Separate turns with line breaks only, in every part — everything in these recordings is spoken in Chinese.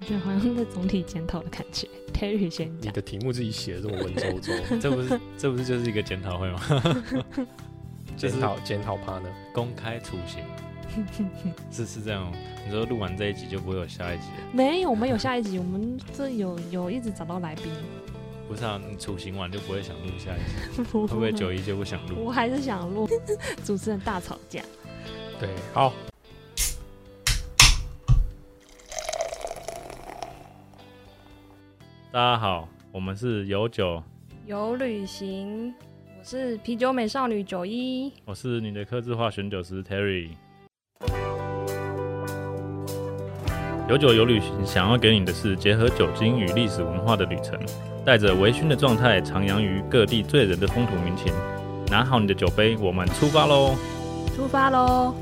觉得好像在总体检讨的感觉。Terry 先
你
讲，
的题目自己写的这么文绉绉，
这不是这不是就是一个检讨会吗？ 就
检
是
讨检讨趴呢？
公开处刑，是是这样哦。你说录完这一集就不会有下一集了，
没有，我们有下一集，我们这有有一直找到来宾，
不是啊？你处刑完就不会想录下一集，
会
会不会九一就不想 录
我？还是想录 主持人大吵架。
对，好，
大家好，我们是有酒，
有旅行，我是啤酒美少女九一。
我是你的克制化选酒师 Terry。有酒有旅行，想要给你的是结合酒精与历史文化的旅程，带着微醺的状态徜徉于各地醉人的风土民情。拿好你的酒杯，我们出发喽！
出发喽！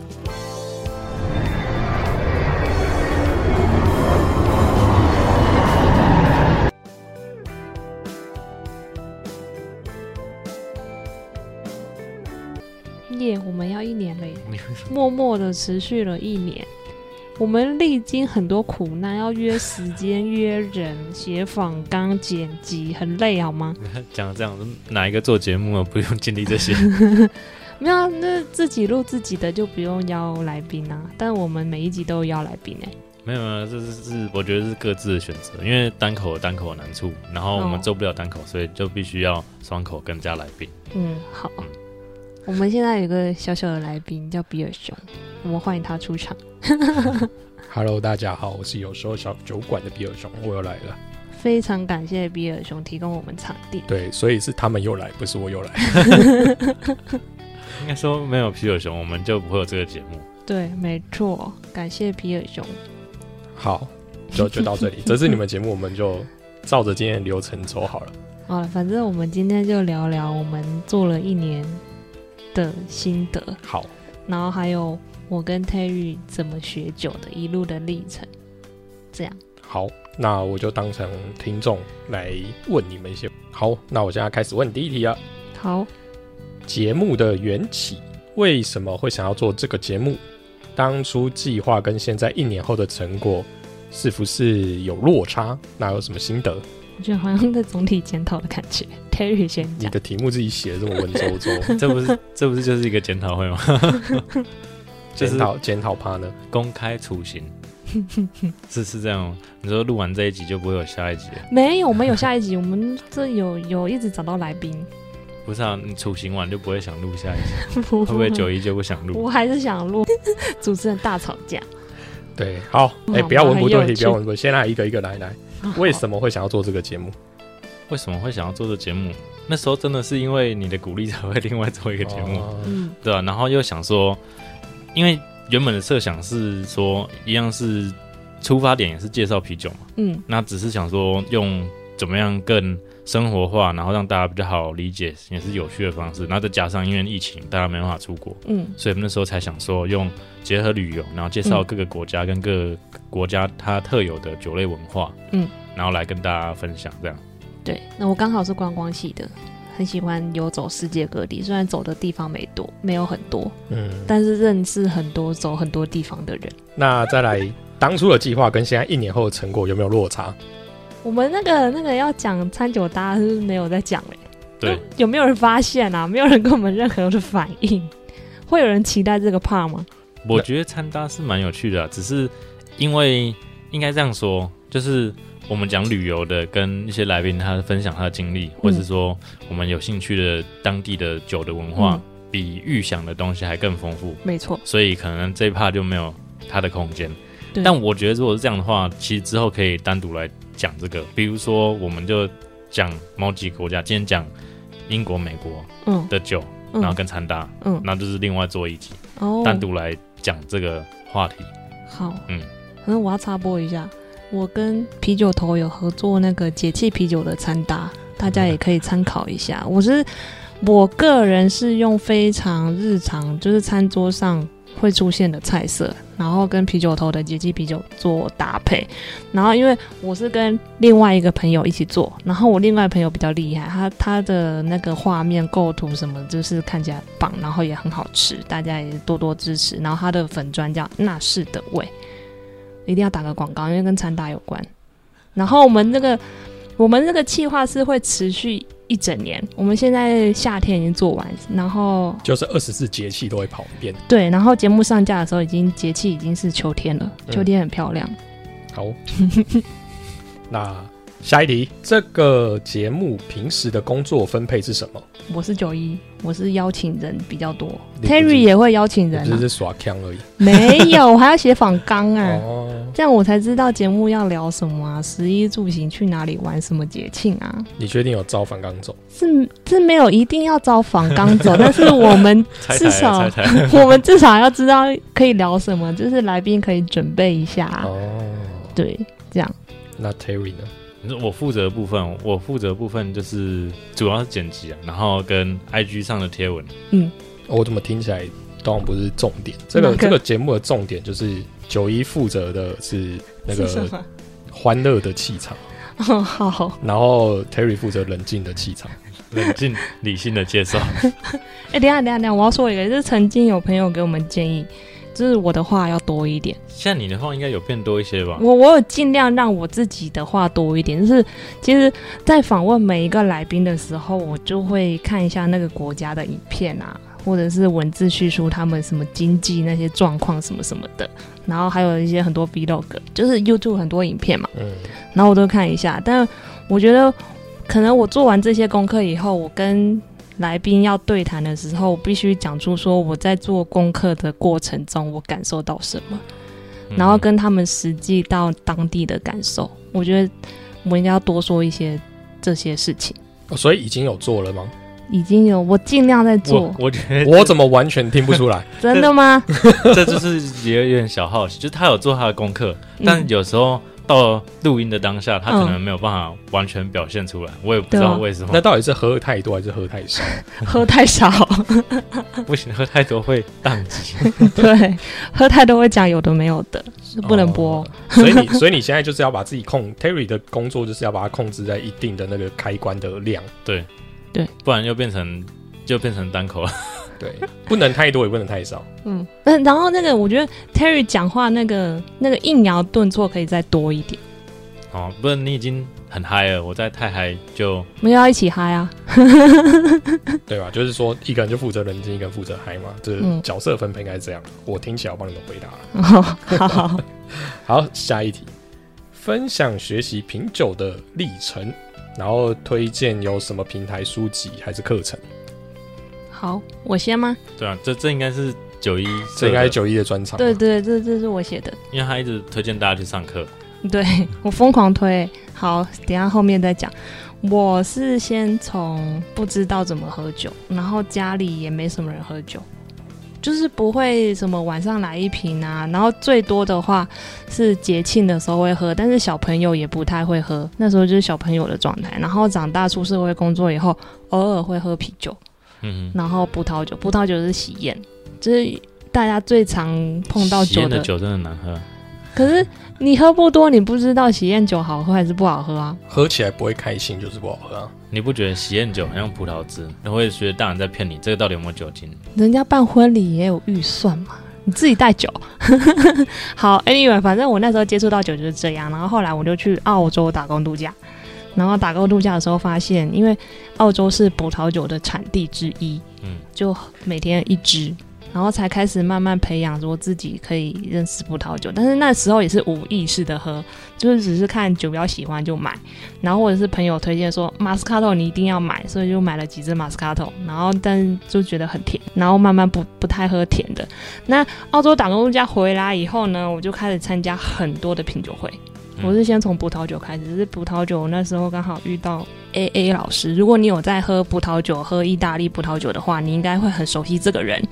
耶、我们要一年了耶，默默的持续了一年。我们历经很多苦难，要约时间、约人、写访纲、剪辑，很累好吗？
讲得这样，哪一个做节目啊？不用经历这些。
没有啊，那自己录自己的就不用邀来宾啊。但我们每一集都有邀来宾哎、
没有没有，这是是我觉得是各自的选择，因为单口有单口的难处，然后我们
哦
做不了单口，所以就必须要双口跟加来宾。
嗯，好。我们现在有个小小的来宾叫比尔熊，我们欢迎他出场，
Hello，大家好，我是有时候小酒馆的比尔熊，我又来了。
非常感谢比尔熊提供我们场地。
对，所以是他们又来，不是我又来。
应该说没有啤酒熊，我们就不会有这个节目。
对，没错，感谢比尔熊。
好，就就到这里，这是你们节目，我们就照着今天的流程走好了。
好了，反正我们今天就聊聊我们做了一年的心得，
好，
然后还有我跟 Terry 怎么学酒的一路的历程。这样，
好，那我就当成听众来问你们一些。好，那我现在开始问第一题了。啊
好，
节目的缘起，为什么会想要做这个节目？当初计划跟现在一年后的成果是不是有落差？那有什么心得？
我觉得好像在总体检讨的感 觉。Terry 先
你
讲，
的题目自己写的这么文 绉绉，
这不是这不是就是一个检讨会吗？就是
检讨检讨趴呢？
公开处刑，是是这样哦。你说录完这一集就不会有下一集了，
没有，我们有下一集，我们这有有一直找到来宾，
不是啊？你处刑完就不会想录下一集，
会不
会不会九一就不想录？
我还是想录主持人大吵架。
对，好，哎、
嗯
不要文不对
很有
题，
趣
不要文不对，先来一个一个来 来。为什么会想要做这个节目？
为什么会想要做这节目？那时候真的是因为你的鼓励才会另外做一个节目。
哦
嗯，
对啊，然后又想说，因为原本的设想是说，一样是出发点也是介绍啤酒嘛，
嗯
那只是想说用怎么样更生活化，然后让大家比较好理解，也是有趣的方式。然后再加上因为疫情，大家没办法出国，
嗯
所以我们那时候才想说用结合旅游，然后介绍各个国家跟各个国家它特有的酒类文化，
嗯，
然后来跟大家分享这样。
对，那我刚好是观光系的，很喜欢游走世界各地，虽然走的地方没多，没有很多，
嗯，
但是认识很多走很多地方的人。
那再来，当初的计划跟现在一年后的成果有没有落差？
我们那个那个要讲餐酒搭是没有在讲嘞、
对，
有没有人发现啊？没有人给我们任何的反应，会有人期待这个怕吗？
我觉得参搭是蛮有趣的啊、只是因为应该这样说，就是我们讲旅游的，跟一些来宾他分享他的经历，或是说我们有兴趣的当地的酒的文化，
嗯
比预想的东西还更丰富，
没错，
所以可能这一 part 就没有它的空间。
对
但我觉得如果是这样的话，其实之后可以单独来讲这个，比如说我们就讲某几个国家，今天讲英国、美国
嗯
的酒，
嗯
然后跟参搭，
嗯，
那就是另外做一集，
哦，
单独来讲这个话题。
好，嗯，
嗯
可能我要插播一下，我跟啤酒头有合作那个解气啤酒的餐搭，大家也可以参考一下。我是我个人是用非常日常，就是餐桌上会出现的菜色，然后跟啤酒头的解气啤酒做搭配。然后因为我是跟另外一个朋友一起做，然后我另外朋友比较厉害，他他的那个画面构图什么，就是看起来很棒，然后也很好吃，大家也多多支持。然后他的粉砖叫那是的味，一定要打个广告，因为跟餐打有关。然后我们那个我们那个计划是会持续一整年，我们现在夏天已经做完，然后
就是二十四节气都会跑一遍。
对，然后节目上架的时候已经节气已经是秋天了，
嗯
秋天很漂亮。
好， 那下一题，这个节目平时的工作分配是什么？
我是九一，我是邀请人比较多
你不是
，Terry 也会邀请人、
我只
啊，
是耍腔而已。
没有，我还要写访纲啊。
哦，
这样我才知道节目要聊什么啊，十一住行去哪里玩，什么节庆啊，
你确定有照反纲走？
是是没有一定要找访纲 走，但是我们
拆
至
台
少
啊拆台 啊，
我们至少要知道可以聊什么，就是来宾可以准备一下啊、
哦，
对，这样
那 Terry 呢？
你说我负责的部分，我负责的部分就是主要是剪辑啊，然后跟 IG 上的贴文，
哦我怎么听起来当然不是重点？这个
哪个
这个节目的重点就是九一负责的是那
是什
个
么？
欢乐的气场，
哦，好，
然后 Terry 负责冷静的气场。
冷静理性的介 绍。
哎、等一下等一下等一下，我要说一个，就是曾经有朋友给我们建议，就是我的话要多一点。
像你的话，应该有变多一些吧？
我我有尽量让我自己的话多一点，就是其实，在访问每一个来宾的时候，我就会看一下那个国家的影片啊，或者是文字叙述他们什么经济那些状况什么什么的，然后还有一些很多 vlog，就是 YouTube 很多影片嘛，
嗯，
然后我都看一下。但我觉得，可能我做完这些功课以后，我跟来宾要对谈的时候，我必须讲出说我在做功课的过程中，我感受到什么。
嗯
然后跟他们实际到当地的感受，我觉得我们应该要多说一些这些事情。
哦所以已经有做了吗？
已经有我尽量在做
我，我觉
呃
得
我怎么完全听不出 来？
真的吗？
这就是也有点小好奇，就是他有做他的功课，但
嗯
有时候到录音的当下，他可
嗯
能没有办法完全表现出来，我也不知道
对啊
为什么
那。到底是喝太多还是喝太少？
喝太少，
不行，喝太多会宕机。
对，喝太多会讲有的没有的，是不能播。
哦 所以你，所以你现在就是要把自己控 Terry 的工作就是要把它控制在一定的那个开关的量，
不然又变成就变成单口了。
对，不能太多也不能太少。
嗯，嗯，然后那个我觉得 Terry 讲话那个那个抑扬顿挫可以再多一点，
哦，不然你已经很嗨了，我再太嗨就
我们要一起嗨啊！
对吧？就是说，一个人就负责冷静，一个人负责嗨嘛，这
嗯
角色分配应该是这样。我听起来我帮你们回答了。
哦，好好，
好，下一题，分享学习品酒的历程，然后推荐有什么平台、书籍还是课程？
好，我先吗？
对啊，这这应该是九一，
这应该是，九一的专场。
对，对，这这是我写的，
因为他一直推荐大家去上课。
对我疯狂推。好，等一下后面再讲。我是先从不知道怎么喝酒，然后家里也没什么人喝酒，就是不会什么晚上来一瓶啊，然后最多的话是节庆的时候会喝，但是小朋友也不太会喝，那时候就是小朋友的状态。然后长大出社会工作以后，偶尔会喝啤酒，
嗯哼，
然后葡萄酒，葡萄酒是喜宴，就是大家最常碰到
喜
酒
宴
的
的酒真的难喝，
可是你喝不多，你不知道喜宴酒好喝还是不好喝啊？
喝起来不会开心就是不好喝啊。
你不觉得喜宴酒很像葡萄汁？你会觉得大人在骗你，这个到底有没有酒精？
人家办婚礼也有预算嘛，你自己带酒。 好，Anyway，反正我那时候接触到酒就是这样，然后后来我就去澳洲打工度假，然后打工度假的时候发现，因为澳洲是葡萄酒的产地之一，
嗯，
就每天一支。然后才开始慢慢培养，说自己可以认识葡萄酒，但是那时候也是无意识的喝，就是只是看酒标喜欢就买，然后或者是朋友推荐说马斯卡托你一定要买，所以就买了几支马斯卡托，然后但就觉得很甜，然后慢慢不不太喝甜的。那澳洲打工度假回来以后呢，我就开始参加很多的品酒会。
嗯
我是先从葡萄酒开始，只是葡萄酒我那时候刚好遇到 A A 老师。如果你有在喝葡萄酒、喝意大利葡萄酒的话，你应该会很熟悉这个人。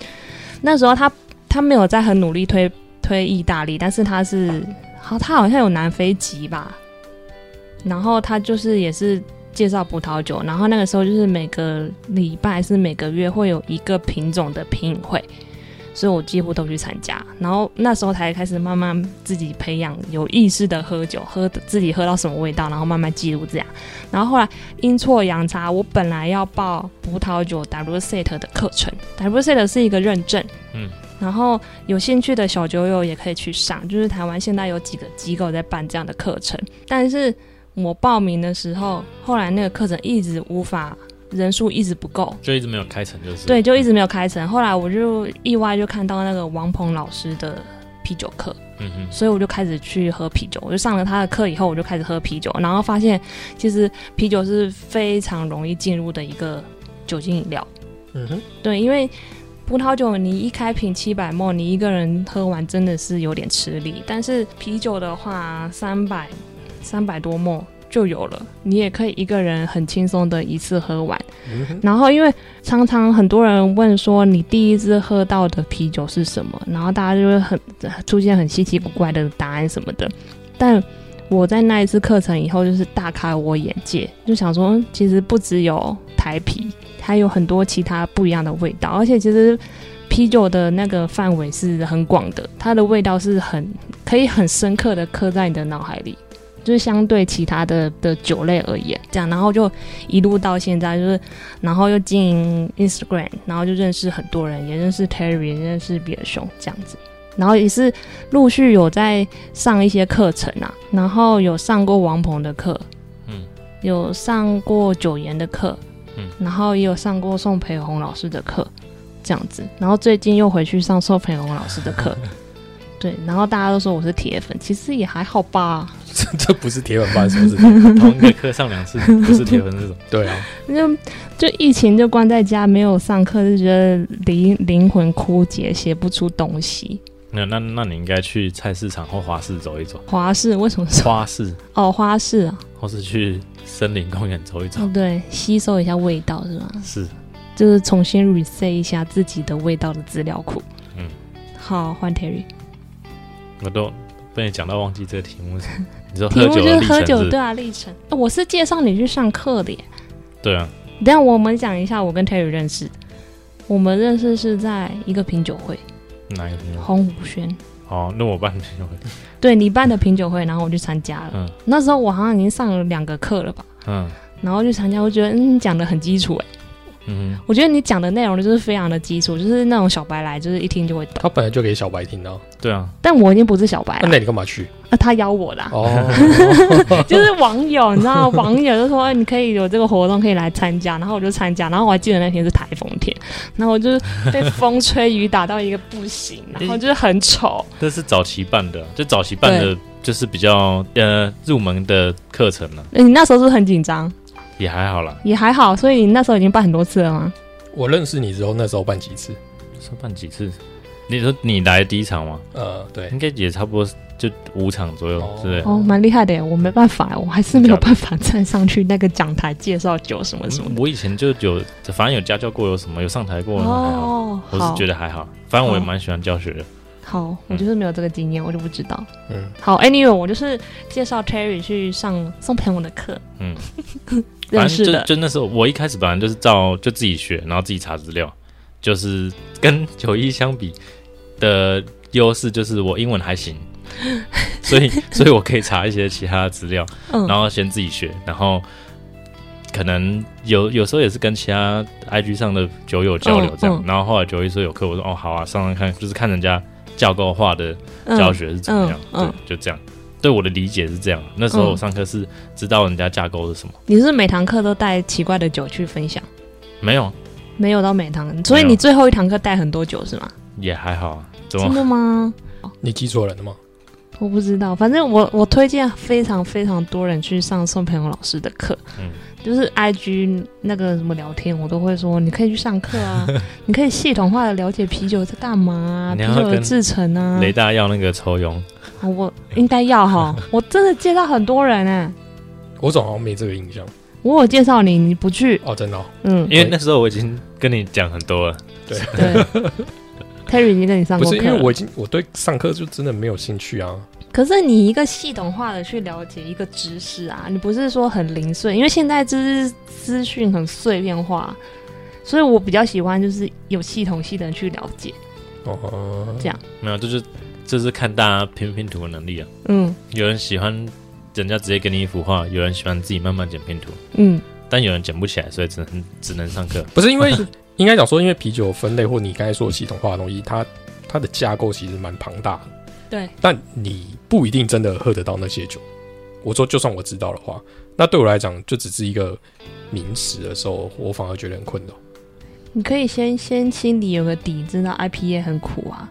那时候他他没有在很努力推推意大利，但是他是好，他好像有南非籍吧，然后他就是也是介绍葡萄酒，然后那个时候就是每个礼拜是每个月会有一个品种的品饮会，所以我几乎都去参加。然后那时候才开始慢慢自己培养有意识的喝酒，喝自己喝到什么味道，然后慢慢记录这样。然后后来阴错阳差，我本 E 来要报葡萄酒 WSET 的课程，WSET E 是一个认证，
嗯，
然后有兴趣的小酒友也可以去上，就是台湾现在有几个机构在办这样的课程，但是我报名的时候，后来那个课程一直无法，人数一直不够。
就一直没有开成，就是
对，就一直没有开成。后来我就意外就看到那个王鹏老师的啤酒课，
嗯哼，
所以我就开始去喝啤酒。我就上了他的课以后，我就开始喝啤酒，然后发现其实啤酒是非常容易进入的一个酒精饮料。
嗯哼，
对，因为葡萄酒你一开瓶七百沫，你一个人喝完真的是有点吃力。但是啤酒的话，三百三百多沫就有了，你也可以一个人很轻松的一次喝完。
嗯哼，
然后，因为常常很多人问说你第一支喝到的啤酒是什么，然后大家就会很出现很稀奇古怪的答案什么的。但我在那一次课程以后，就是大开我眼界，就想说，嗯其实不只有台啤，还有很多其他不一样的味道，而且其实。啤酒的那个范围是很广的，它的味道是很可以很深刻的刻在你的脑海里，就是相对其他的的酒类而言，这样，然后就一路到现在，就是然后又经营 Instagram，然后就认识很多人，也认识 Terry，也认识比尔熊这样子。然后也是陆续有在上一些课程啊，然后有上过王鹏的课，
嗯，
有上过九言的课，
嗯，
然后也有上过宋培红老师的课，这样子。然后最近又回去上宋培红老师的 课，对。然后大家都说我是铁粉，其实也还好吧。
这这不是铁粉发生什么事
同一个课上 两次，不是铁粉这种，
对啊，
就就疫情就关在家，没有上课，就觉得灵灵魂枯竭，写不出东西。
那那那你应该去菜市场或花市走一走，
花市为什么说
花市
哦花市啊？
或是去森林公园走一走，
哦对，吸收一下味道是吧？
是
就是重新 reset 一下自己的味道的资料库。
嗯，
好，换 Terry。
我都被你讲到忘记这个题 目是什么，你说
题
喝
目
酒
就
的
是
历
喝
程
酒
是
对啊历程、哦我是介绍你去上课的耶。
对啊，
等一下我们讲一下我跟 Terry 认识，我们认识是在一个品酒会，
哪一个题目？
洪武轩。
哦，那我办没有，
对你办的品酒会，然后我去参加了。
嗯
那时候我好像已经上了两个课了吧，
嗯
然后去参加，我觉得嗯讲的很基础哎，
嗯哼，
我觉得你讲的内容就是非常的基础，就是那种小白来就是一听就会懂。
他本来就给小白听到，
对啊，
但我已经不是小白
那
了，
那你干哦嘛去？
啊、他邀我啦，
哦，
就是网友，你知道，网友就说、哎你可以有这个活动，可以来参加，然后我就参加，然后我还记得那天是台风天，然后我就是被风吹雨打到一个不 行，然后就是很丑，
这是早期办的，就早期办的，就是比较呃入门的课程了，
哎你那时候是不是很紧张，
也还好啦，
也还好，所以你那时候已经办很多次了吗？
我认识你之后，那时候办几次？
是办几次？你说你来第一场吗？
呃，对，
应该也差不多就五场左右
哦，
对不对？
哦，蛮厉害的耶，我没办法耶，我还是没有办法站上去那个讲台介绍酒什么什么的。
我以前就有，反正有家教过，有什么有上台过，那还好。
哦，
我是觉得还好，反正我也蛮喜欢教学的。
好，我
嗯
就是没有这个经验，我就不知道。
嗯，
好，Anyway，我就是介绍 Terry 去上宋培勇的课，
嗯，
认
反
识
正就
的，
就那时候，我一开始本来就是照就自己学，然后自己查资料，就是跟九一相比的优势就是我英文还 行，所以所以我可以查一些其他的资料，
嗯
然后先自己学，然后可能有有时候也是跟其他 IG 上的酒友交流这样，
嗯嗯
然后后来九一说有课，我说哦好啊，上上看，就是看人家教构化的
嗯
教学是怎么样，
嗯嗯
对，就这样。对我的理解是这样，那时候
嗯
我上课是知道人家架构是什么，
你是不是每堂课都带奇怪的酒去分享，
没有
没有到每堂，所以你最后一堂课带很多酒是吗？
也还好啊，怎
真
么
的吗？
你记错人了吗？
我不知道，反正我我推荐非常非常多人去上宋培勇老师的课，
嗯
就是 I G 那个什么聊天，我都会说你可以去上课 啊，你可以系统化的了解啤酒在干嘛、啊，
你
啤
要
酒的
跟
制成啊，
雷大要那个抽佣，
啊我应该要 哈，我真的介绍很多人哎、
我总好像没这个印象
我有介绍你，你不去，
哦，真的哦、
嗯，
因为那时候我已经跟你讲很多了，
对，Terry 已经跟你上
不
过
是因
课
为
了，
我已经我对上课就真的没有兴趣啊。
可是你一个系统化的去了解一个知识啊，你不是说很零碎，因为现在知资讯很碎片化，所以我比较喜欢就是有系统性的去了解。
哦，
没有，就是就是看大家拼拼图的能力啊，
嗯
有人喜欢人家直接给你一幅画，有人喜欢自己慢慢剪拼图，
嗯，
但有人剪不起来，所以只能只能上课。
不是因为应该讲说，因为啤酒分类或你刚才说的系统化的东西，它它的架构其实蛮庞大的。
对，
但你不一定真的喝得到那些酒。我说，就算我知道的话，那对我来讲就只是一个名词的时候，我反而觉得很困扰。
你可以先先心里有个底，知道 IPA 很苦啊。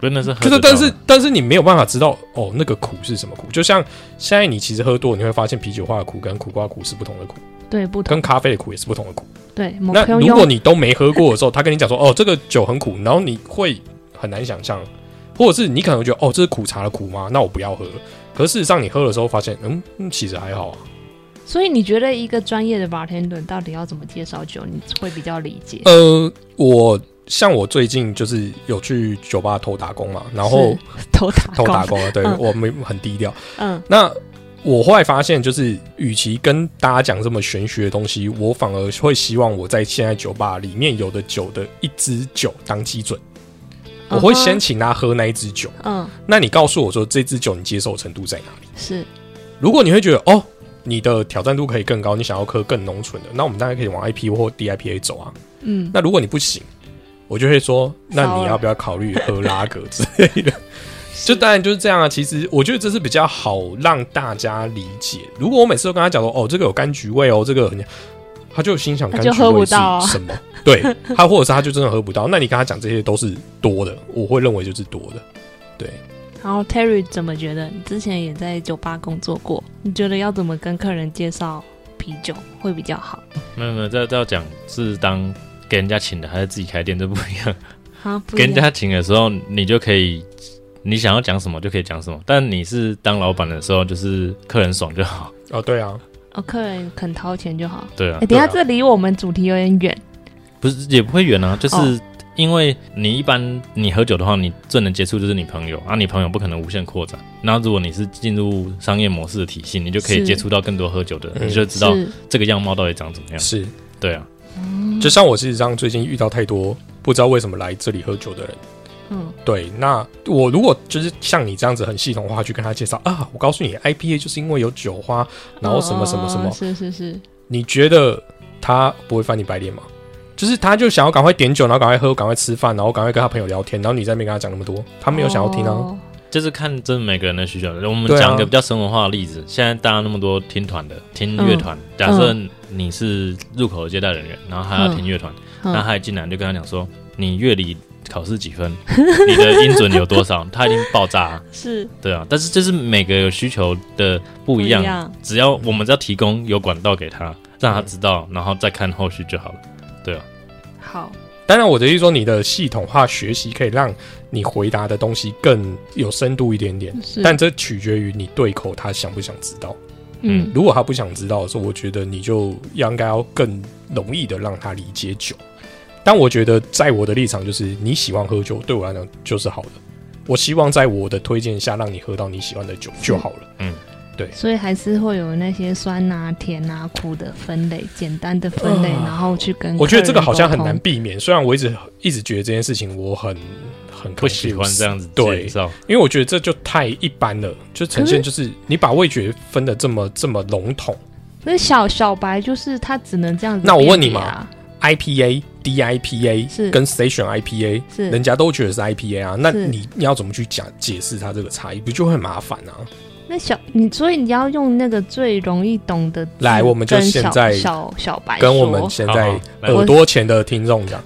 不是那是喝
可
得
是，但
到的
是，但是你没有办法知道哦，那个苦是什么苦。就像现在你其实喝多，你会发现啤酒花的苦跟苦瓜苦是不同的苦，
对，不同
跟咖啡的苦也是不同的苦。
对。
那
Mojito
如果你都没喝过的时候，他跟你讲说哦，这个酒很苦，然后你会很难想象，或者是你可能会觉得哦，这是苦茶的苦吗？那我不要喝。可是事实上，你喝的时候发现，嗯，嗯其实还好啊。
所以你觉得一个专业的 bartender 到底要怎么介绍酒，你会比较理解？
呃，我像我最近就是有去酒吧偷打工嘛，然后
是头打
偷打
工，
工了，对、
嗯
我们很低调。
嗯，
那我后来发现，就是与其跟大家讲这么玄学的东西，我反而会希望我在现在酒吧里面有的酒的一支酒当基准，我会先请他喝那一支酒。
嗯，
那你告诉我说这支酒你接受程度在哪里？
是
如果你会觉得哦，你的挑战度可以更高，你想要喝更浓醇的，那我们当然可以往 IP 或 DIPA 走啊。
嗯，
那如果你不行，我就会说，那你要不要考虑喝拉格之类的？ 就当然就是这样啊。其实我觉得这是比较好让大家理解。如果我每次都跟他讲说，哦，这个有柑橘味哦，这个很，他就心想柑
他就
橘
喝
味
不
是
到啊
什么？对他，或者是他就真的喝不到。那你跟他讲这些都是多的，我会认为就是多的。对，
然后 Terry 怎么觉得？你之前也在酒吧工作过，你觉得要怎么跟客人介绍啤酒会比较好？
没有没有，这这要讲是当给人家请的还是自己开店，这不一样。
啊，不一
给人
样
家请的时候，你就可以，你想要讲什么就可以讲什么。但你是当老板的时候，就是客人爽就好。
哦，对啊，
哦，客人肯掏钱就好。
对啊
哎，，等一下
对啊
这离我们主题有点远，
不是也不会远啊，就是
哦
因为你一般你喝酒的话，你最能接触就是你朋友啊，你朋友不可能无限扩展。然后如果你是进入商业模式的体系，你就可以
是
接触到更多喝酒的人，
嗯
你就知道
是
这个样貌到底长怎么样。
是。
对啊，
就像我事实上最近遇到太多不知道为什么来这里喝酒的人。
嗯，
对，那我如果就是像你这样子很系统化去跟他介绍啊，我告诉你，IPA 就是因为有酒花，然后什么什么什么，
哦是是是，
你觉得他不会翻你白脸吗？就是他就想要赶快点酒，然后赶快喝，赶快吃饭，然后赶快跟他朋友聊天，然后你在那边跟他讲那么多，他没有想要听啊。
哦
就是看真的每个人的需求。我们
对啊
讲一个比较生活化的例子，现在大家那么多听团的、听乐团，
嗯
假设你是入口的接待人员，然后他要听乐团，
嗯
那他一进来就跟他讲说：“你乐理考试几分？你的音准有多少？”他已经爆炸啊，
是
对啊。但是就是每个有需求的不一样，只要我们只要提供有管道给他，让他知道，然后再看后续就好了。
好，
当然，我的意思说，你的系统化学习可以让你回答的东西更有深度一点点，
是
但这取决于你对口他想不想知道。
嗯
如果他不想知道的时候，我觉得你就要应该要更容易的让他理解酒。但我觉得，在我的立场就是，你喜欢喝酒，对我来讲就是好的。我希望在我的推荐下，让你喝到你喜欢的酒
嗯
就好了。
所以还是会有那些酸啊、甜啊、苦的分类，简单的分类，
呃
然后去跟
我觉得这个好像很
客人
难
沟通
避
嗯
免，虽然我一直一直觉得这件事情我很很
不喜欢
confused
这样子
对
介绍，
因为我觉得这就太一般了，就呈现
可
就是你把味觉分的这么这么笼统。
那小小白就是他只能这样子、啊
那我问你
嘛，
IPA、
是
DIPA 跟 Station IPA，
是
人家都觉得是 IPA 啊，那
嗯是
你你要怎么去讲解释它这个差异，不就会很麻烦啊？
那小你，所以你要用那个最容易懂的字
来我们就
跟
现
小
在
小小白
跟我们
说
现
好
在
好来
耳朵前的听众讲，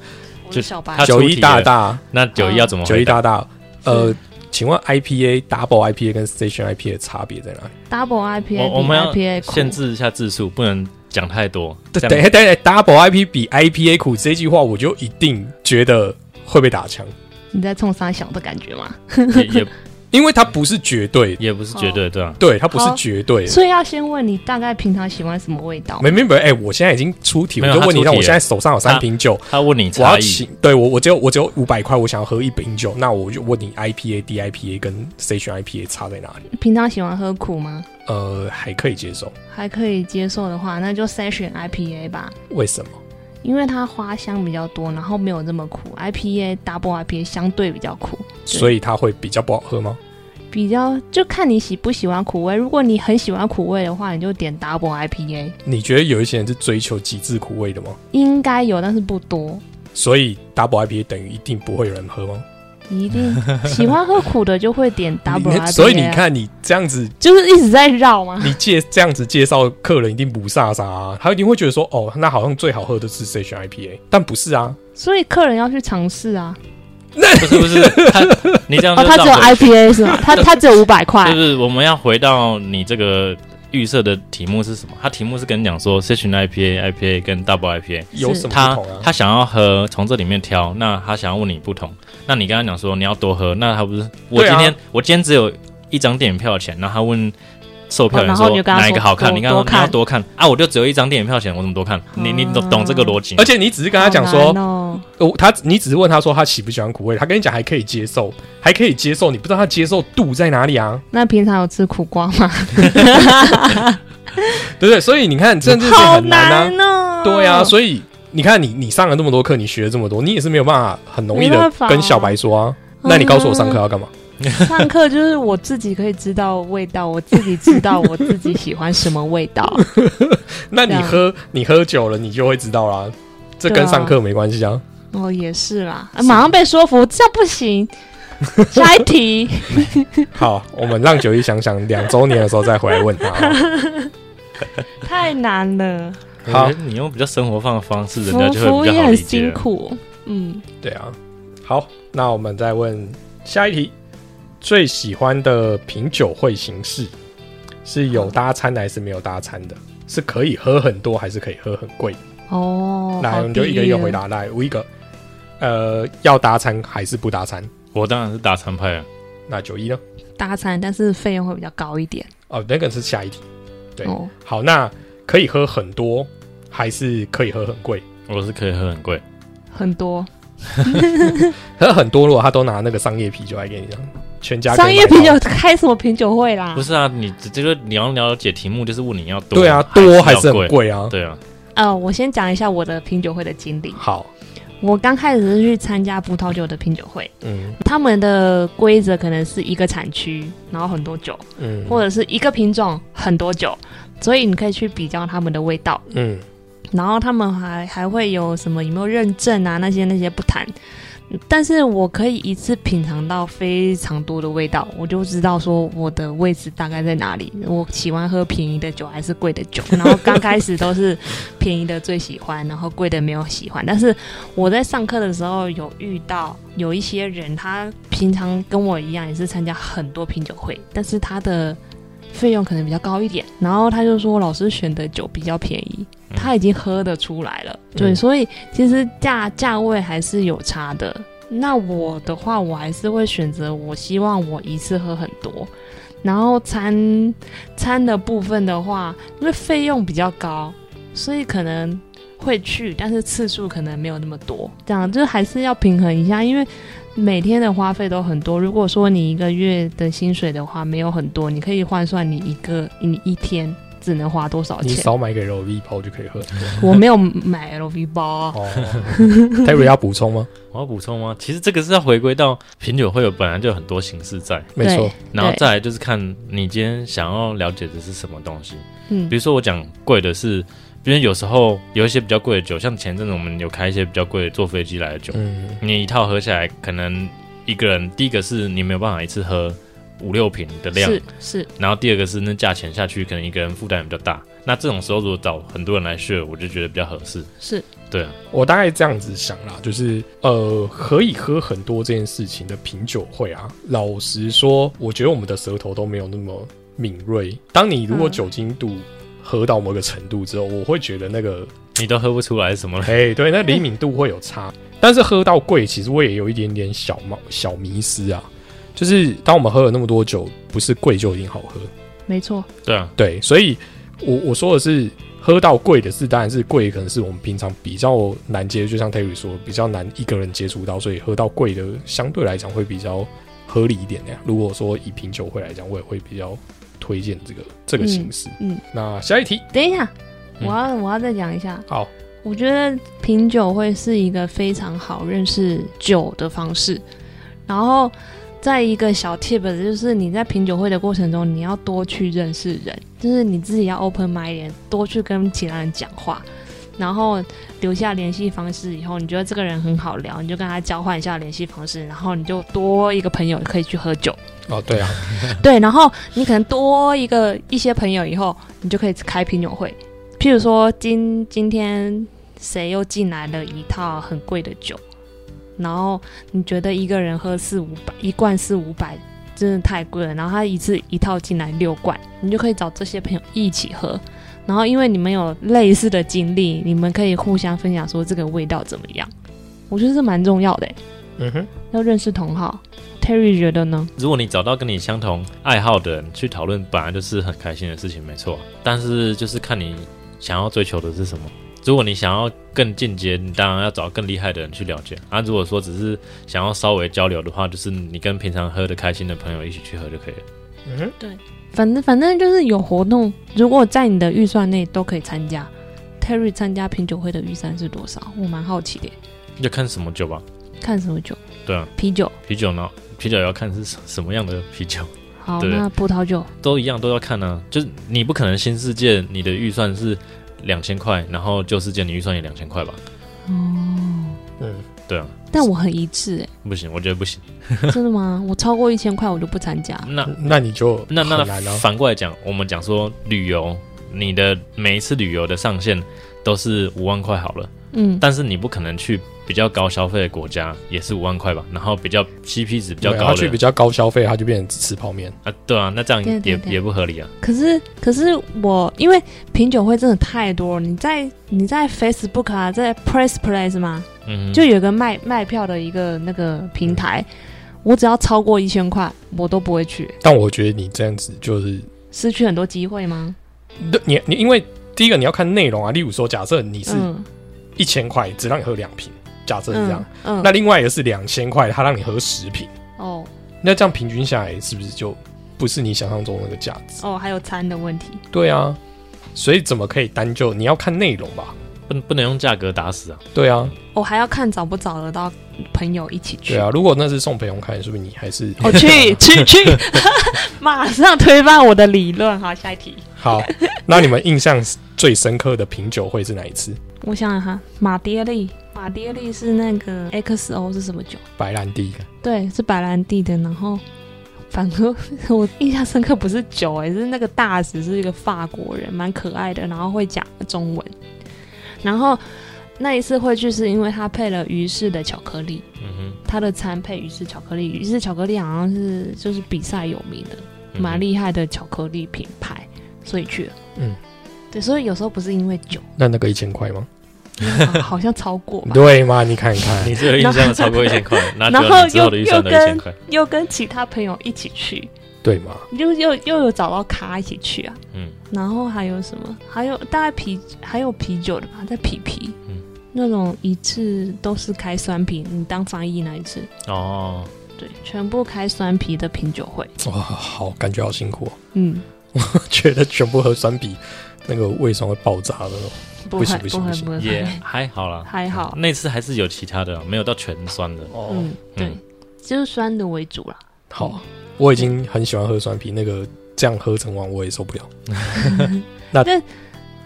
我
就是
小白
他
九
出
一
题
大
了
大，
那九一要怎么
啊九
回
一大
答？
大，呃
是，
请问 IPA、Double IPA 跟 Station IPA 的差别在哪里？
double IPA
我我们要
比 IPA 苦
限制一下字数，不能讲太多。这
等一
样
下，等一下，Double IPA 比 IPA 苦这句话，我就一定觉得会被打枪，
你在冲杀小的感觉嘛？
也也
因为它不是绝对的，
也不是绝对，对啊吧、
对，它不是
好
绝对的。
所以要先问你大概平常喜欢什么味道？
没没没，哎、我现在已经出题，我
没有
就
他
问你，
出
让
题
我现在
了
手上有三
他
瓶酒，
他问你
我要
差异，
请，对我我只有我只有五百块，我想要喝一瓶酒，那我就问你 IPA、DIPA 跟 Station IPA 差在哪里？
平常喜欢喝苦吗？
呃，还可以接受，
还可以接受的话，那就筛选 IPA 吧。
为什么？
因为它花香比较多，然后没有这么苦。IPA、Double IPA 相对比较苦，对
所以它会比较不好喝吗？
比较就看你喜不喜欢苦味。如果你很喜欢苦味的话，你就点 Double IPA，
你觉得有一些人是追求极致苦味的吗？
应该有，但是不多。
所以 Double IPA 等于一定不会有人喝吗？
一定喜欢喝苦的就会点 double
你
IPA，
所以你看，你这样子，
啊就是一直在绕嘛。
你介这样子介绍客人一定不飒飒啊，他一定会觉得说，哦，那好像最好喝的是 Session IPA，但不是啊，
所以客人要去尝试啊。
不是不是，他你这 样
哦，
就
他只有
绕回去
IPA 是 吗？他他只有五百块
就。是我们要回到你这个预设的题目是什么？他题目是跟你讲说 session IPA、IPA 跟 double IPA，
有什么
他
不同啊？
他想要喝，从这里面挑，那他想要问你不同，那你跟他讲说你要多喝，那他不是我
对啊
今天、我今天只有一张电影票钱，然后他问售票
哦然
员
后
说
你就跟他
哪一
说
个好看，
多
你跟他说
多
你要
看啊
多看啊，我就只有一张电影票钱，我怎么多看？你你懂懂这个逻辑吗？
而且你只是 跟他讲
好
说，
难哦
哦，他你只是问他说他喜不喜欢苦味，他跟你讲还可以接受，还可以接受，你不知道他接受度在哪里啊，
那平常有吃苦瓜 吗？
对不对？所以你看，这件事情
好
很难啊，
哦。
对啊，所以你看你你上了这么多课，你学了这么多，你也是没有办法很容易
没
的
办法啊
跟小白说啊。
嗯
那你告诉我上课要干嘛？
上课就是我自己可以知道味道，我自己知道我自己喜欢什么味道。
那你
对啊
喝你喝酒了，你就会知道啦。这
对
跟
啊
上课没关系啊。
哦，也是啦，啊马上被说服，这样不 行。下一题，
好，我们让九一想想，两周年的时候再回来问他啊。
太难了，
好
好，你用比较生活化的方式，人家
服
就会
服
比较
也
好理
很
解
辛
了。
苦。嗯，
对啊，好，那我们再问下一题，最喜欢的品酒会形式是有搭餐的还是没有搭餐的？是可以喝很多还是可以喝很贵？
哦，
来，
好
我们就一个
地
一
狱
个
哦
回。答。来，我一个，呃，要搭餐还是不搭餐？
我当然是打餐派啊，
那九一呢？
搭餐，但是费用会比较高一点。
哦，那个是下一题。对
哦，
好，那可以喝很多还是可以喝很贵？
我是可以喝很贵，
很多
喝很多，如果他都拿那个商业啤酒来给你，这样全家可以
商业
买到
啤酒开什么品酒会啦
不？是啊？你这个你要了解题目，就是问你要多，
对啊，多还
还
是
要
很
贵？
贵啊。
对啊，
呃，我先讲一下我的品酒会的经历。
好，
我刚开始是去参加葡萄酒的品酒会，
嗯
他们的规则可能是一个产区，然后很多酒，
嗯，
或者是一个品种很多酒，所以你可以去比较它们的味道。
嗯
然后他们还还会有什么有没有认证啊那些那些不谈，但是我可以一次品尝到非常多的味道，我就知道说我的位置大概在哪里。我喜欢喝便宜的酒还是贵的酒？然后刚开始都是便宜的最喜欢，然后贵的没有喜欢。但是我在上课的时候有遇到有一些人，他平常跟我一样也是参加很多品酒会，但是他的费用可能比较高一点，然后他就说老师选的酒比较便宜。他已经喝得出来了，对，
嗯
所以其实价价位还是有差的。那我的话，我还是会选择，我希望我一次喝很多，然后餐餐的部分的话，因为费用比较高，所以可能会去，但是次数可能没有那么多。这样就是还是要平衡一下，因为每天的花费都很多。如果说你一个月的薪水的话没有很多，你可以换算你一个你一天只能花多少
你
钱。
少买给 LV 包就可以喝。
我没有买 LV 包啊、
哦，Terry 要补充吗？
我要补充吗？其实这个是要回归到品酒会有本来就有很多形式在，
没错，
然后
对
再来就是看你今天想要了解的是什么东西。
嗯
比，如说我讲贵的是，因为有时候有一些比较贵的酒，像前阵子我们有开一些比较贵的坐飞机来的酒，
嗯
你一套喝下来，可能一个人第一个是你没有办法一次喝五六瓶的量，
是是，
然后第二个是那价钱下去，可能一个人负担也比较大。那这种时候如果找很多人来 share，我就觉得比较合适。
是
对啊，
我大概这样子想啦，就是呃，可以喝很多这件事情的品酒会啊，老实说，我觉得我们的舌头都没有那么敏锐。当你如果
嗯
酒精度喝到某个程度之后，我会觉得那个
你都喝不出来是什么了。
哎，对，那灵敏度会有差。但是喝到贵，其实我也有一点点小毛小迷失啊。就是当我们喝了那么多酒，不是贵就一定好喝，
没错，
对啊，
对，所以我我说的是喝到贵的是，当然是贵，可能是我们平常比较难接触，就像 Terry 说，比较难一个人接触到，所以喝到贵的相对来讲会比较合理一点那样。如果说以品酒会来讲，我也会比较推荐这个这个形式。
嗯，
那下一题，
等一下，
嗯
我要、我要再讲一下，
好，
我觉得品酒会是一个非常好认识酒的方式，然后再一个小 tip 就是你在品酒会的过程中，你要多去认识人，就是你自己要 open mind 一点，多去跟其他人讲话。然后留下联系方式以后，你觉得这个人很好聊，你就跟他交换一下联系方式，然后你就多一个朋友可以去喝酒，
哦，对啊，
对，然后你可能多一个一些朋友以后，你就可以开品酒会。譬如说今今天谁又进来了一套很贵的酒，然后你觉得一个人喝四五百，一罐四五百真的太贵了，然后他一次一套进来六罐，你就可以找这些朋友一起喝。然后因为你们有类似的经历，你们可以互相分享说这个味道怎么样，我觉得是蛮重要的欸。
嗯哼，
要认识同好，Terry 觉得呢？
如果你找到跟你相同爱好的人去讨论，本来就是很开心的事情，没错。但是就是看你想要追求的是什么。如果你想要更进阶，你当然要找更厉害的人去了解。啊，如果说只是想要稍微交流的话，就是你跟平常喝的开心的朋友一起去喝就可以了。
嗯哼，
反正反正就是有活动，如果在你的预算内都可以参加。Terry 参加品酒会的预算是多少？我蛮好奇的耶，
要看什么酒吧，
看什么酒？
对啊，
啤酒。
啤酒呢？啤酒要看是什什么样的啤酒。
好，
对
那葡萄酒
都一样都要看啊，就是你不可能新世界你的预算是两千块，然后旧世界你预算也两千块吧？
哦，
嗯，
对啊，
但我很一致哎、
不行，我觉得不行。
真的吗？我超过一千块我就不参加。
那
嗯那你就
那那
很难哦啊了、
反过来讲，我们讲说旅游，你的每一次旅游的上限都是五万块好了，
嗯，
但是你不可能去比较高消费的国家也是五万块吧？然后比较 CP 值比较
对啊
高
他去比
的
较高消费，他就变成只吃泡面。
啊，对啊，那这样
对
也
对对
也不合理啊。
可是可是我因为品酒会真的太多了，你在你在 Facebook 啊，在 Press Place 吗？
嗯哼，
就有一个卖卖票的一个那个平台，
嗯
我只要超过一千块，我都不会去，
但我觉得你这样子就是，
失去很多机会吗？
你你因为第一个你要看内容啊，例如说，假设你是
嗯
一千块只让你喝两瓶，假设是这样，
嗯，
那另外一个是两千块，他让你喝十瓶，
哦
那这样平均下来是不是就不是你想象中那个价值？
哦，还有餐的问题，
对啊，所以怎么可以单就？你要看内容吧？
不不能用价格打死啊。
对啊，
我、哦还要看找不找得到朋友一起去。
对啊，如果那是送朋友看，说明你还是
我、去去去， 马上推翻我的理论。好，下一题，
好。那你们印象最深刻的品酒会是哪一次？
我想想哈，马爹利，马爹利是那个 XO 是什么酒？
白兰地，
对，是白兰地的。然后， 反而我印象深刻不是酒、欸，是那个大使是一个法国人，蛮可爱的，然后会讲中文。然后那一次会去是因为他配了鱼氏的巧克力，
嗯
他的餐配鱼氏巧克力，鱼氏巧克力好像是就是比赛有名的，
哼，
蛮
嗯
厉害的巧克力品牌，所以去了。
嗯，
对，所以有时候不是因为 酒，
那那个一千块吗？
啊好像超过吧，
对嘛？你看看
哼。，你这个预算超过一 千块，那
然
就
后
你之后的
又
预算
又
的一
跟
千块。
又跟其他朋友一起去，
对嘛？
又又又有找到咖一起去啊。
嗯，
然后还有什么？还有大概啤，还有啤酒的吧，在啤啤，
嗯
那种一次都是开酸啤，你当翻译那一次，
哦，
对，全部开酸啤的品酒会，
哇，好，感觉好辛苦、哦。
嗯，
觉得全部喝酸啤，那个胃酸会爆炸的那种。
不
不
会
行不行
不会
不行
不会，
也还好啦，
还 好，
那次还是有其他的，啊没有到全酸的。
哦
嗯，对，就是酸的为主啦。
好，我已经很喜欢喝酸啤，那个这样喝成完我也受不了。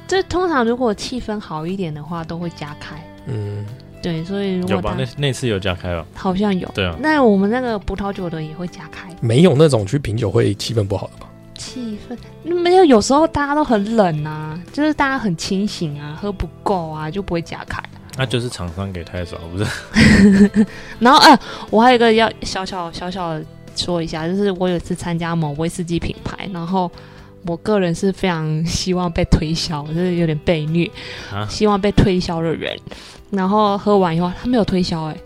这通常如果气氛好一点的话，都会加开。
嗯，
对，所以如
有
果
吧？
大
那那次有加开吧？
好像有，
对啊，
那我们那个葡萄酒的也会加开
没有那种去品酒会气氛不好的吧？
气氛。那没有，有时候大家都很冷啊，就是大家很清醒啊，喝不够啊，就不会加开。
那就是厂商给太少，不是？
然后，哎、我还有一个要小小小小的说一下，就是我有一次参加某威士忌品牌，然后我个人是非常希望被推销，就是有点被虐，
啊
希望被推销的人。然后喝完以后，他没有推销、哎，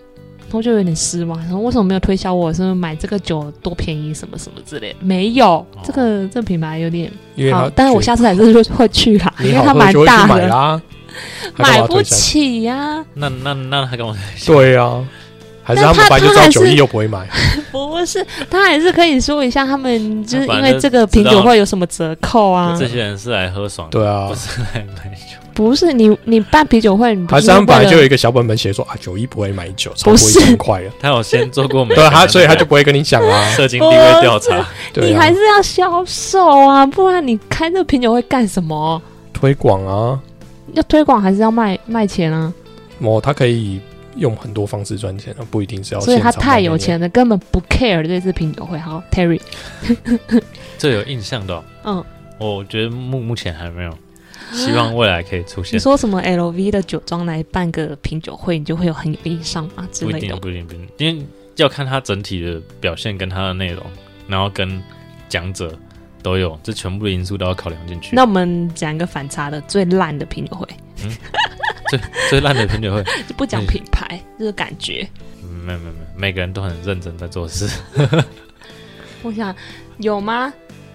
然后就有点失望，然后为什么没有推销我？是不是买这个酒多便宜，什么什么之类的？没有，这个这个品牌有点
哦因为他
好，，但是我下次还是会会去啦，因
你
为
好
它
喝
蛮
就会去
大
买
的，
啦，还干嘛
买
要
不
推销。
起呀、
那那那他干嘛？
对啊，还是
但
他们
他
白就知
他
道
还
九
是
一又不会买。
不是，他还是可以说一下，他们就是
反
因
正
为这个品酒会有什么折扣啊？
这些人是来喝爽的，
对啊
不，是来买酒。
不是你，你办啤酒会，你不
还是他们本来就有
为了
一个小本本写说啊，九一不会买酒，
不
超过一
是
千块了。啊
他有先做过美，
对啊，他所以他就不会跟你讲 啊。
社经地位调
哦
查。
对
你
啊
还，是要销售啊，不然你开这个品酒会干什么？
推广啊，
要推广还是要卖卖钱啊？
哦，他可以用很多方式赚钱，啊不一定是要。
所以他太有，钱了，根本不 care 这次品酒会。好，Terry，
嗯这有印象的哦、
嗯，
我觉得目目前还没有，希望未来可以出
你
现。
说什么 LV 的酒庄来办个品酒会，你就会有很有印象啊之
不一
类
定，
的。
不一定，不一定，因为要看它整体的表现跟它的内容，然后跟讲者都有，这全部的因素都要考量进去。
那我们讲一个反差的，最烂的品酒会，
最最烂的品酒会，
就不讲品牌，就是感觉。
嗯没有没有没有，每个人都很认真在做事。
我想有吗？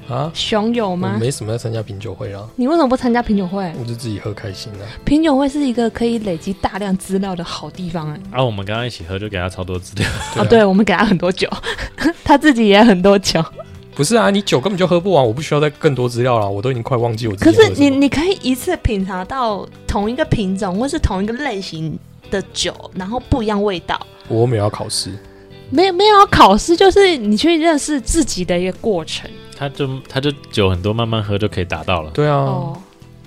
啊，
熊有
我
吗？
没什么在参加品酒会啊啦，
你为什么不参加品酒会？
我就自己喝开心啊。
品酒会是一个可以累积大量资料的好地方哎、
啊，我们刚刚一起喝就给他超多资料，
啊
哦，对，我们给他很多酒， 他自己也很多酒。
不是啊，你酒根本就喝不完，我不需要再更多资料啦，我都已经快忘记我自
可
己喝
是
什么。
你，你可以一次品尝到同一个品种或是同一个类型的酒，然后不一样味道。
我没有要考试，
没有没有要考试，就是你去认识自己的一个过程。
他就他就酒很多，慢慢喝就可以达到了。
对啊，
哦，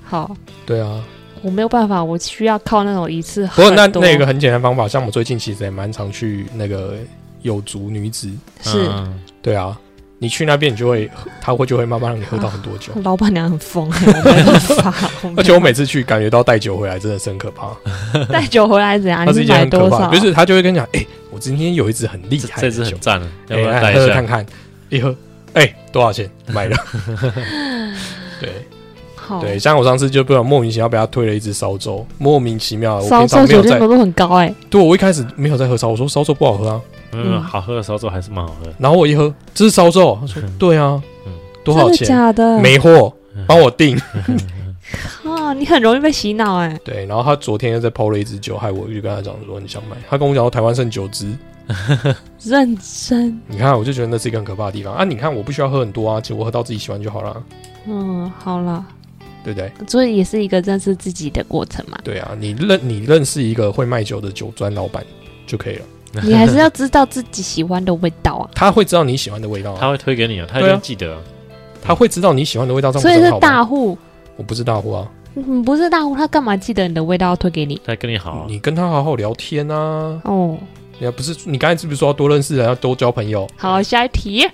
好，
对啊。
我没有办法，我需要靠那种一次
不
喝
过那
多
那个很简单方法，像我最近其实也蛮常去那个有族女子，
是、
嗯
对啊，你去那边你就会，他会就会慢慢让你喝到很多 酒。
老板娘很疯，哎我没办法。没
而且我每次去，感觉到带酒回来真的是很可怕，
带酒回来怎样？
它
啊你
是一
是
件
买
很
多
可怕
少？
的，就是他就会跟你讲，哎、我今天有一支很厉
这
害
这
的
支
酒
很，赞的，要
哎、
不要
来
带
喝
一
喝看
下？
看，一喝，哎、多少钱？买 了。对
好，
对，像我上次就不知道莫名其妙被他推了一支烧粥，莫名其妙，我
烧
平
烧
常没
酒
有
精
在
浓，度很高哎、
对我一开始没有在喝烧，我说烧粥不好喝啊，
没有没有，
嗯
好喝的烧酒还是蛮好喝的。
然后我一喝，这是烧粥，他说
嗯
对啊
嗯，
多少
真的
钱？
假的？
没货，帮我订。
啊，你很容易被洗脑哎、
对，然后他昨天又再抛了一支酒，害我就跟他讲说你想买，他跟我讲说台湾剩九支，
认真，
你看我就觉得那是一个很可怕的地方啊！你看我不需要喝很多啊，其实我喝到自己喜欢就好了，
嗯，好了，
对不对？
所以也是一个认识自己的过程 嘛。
对啊，你认你认识一个会卖酒的酒庄老板就可以了，
你还是要知道自己喜欢的味道啊。
他会知道你喜欢的味道、啊，
他会推给你哦，他一
对啊
定记得哦。
他会知道你喜欢的味 道，这样
所以
不是
是
很好吗？
大户，
我不是大户啊，
嗯，不是大户，他干嘛记得你的味道要推给你？
他跟你好哦，
你跟他好好聊天啊，
哦，
你还不是你刚才是不是说要多认识人，要多交朋友？
好，下一题。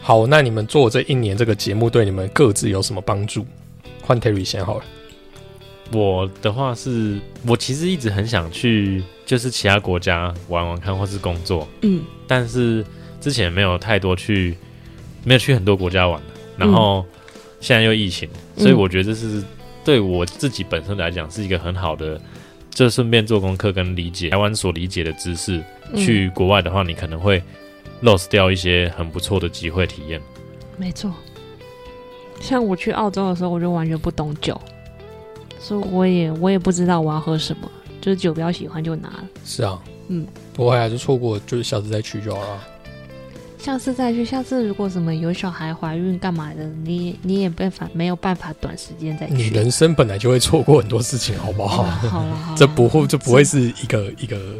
好，那你们做这一年这个节目对你们各自有什么帮助？换 Terry 先好了，
我的话是，我其实一直很想去，就是其他国家玩玩看，或是工作，
嗯，
但是之前没有太多去，没有去很多国家玩，然后现在又疫情，所以
嗯
我觉得这是对我自己本身来讲是一个很好的，就顺便做功课跟理解台湾所理解的知识，
嗯
去国外的话，你可能会 lost 掉一些很不错的机会体验。
没错。像我去澳洲的时候，我就完全不懂酒，所以我也我也不知道我要喝什么，就是酒标喜欢就拿了。
是啊，
嗯，
不会啊，就错过，就是下次再去就好了。
下次再去，下次如果什么有小孩怀孕干嘛的，你你也办法没有办法短时间再
你
去。
人生本来就会错过很多事情，好不
好
好？
了好了，
这不会，这不会是一个一个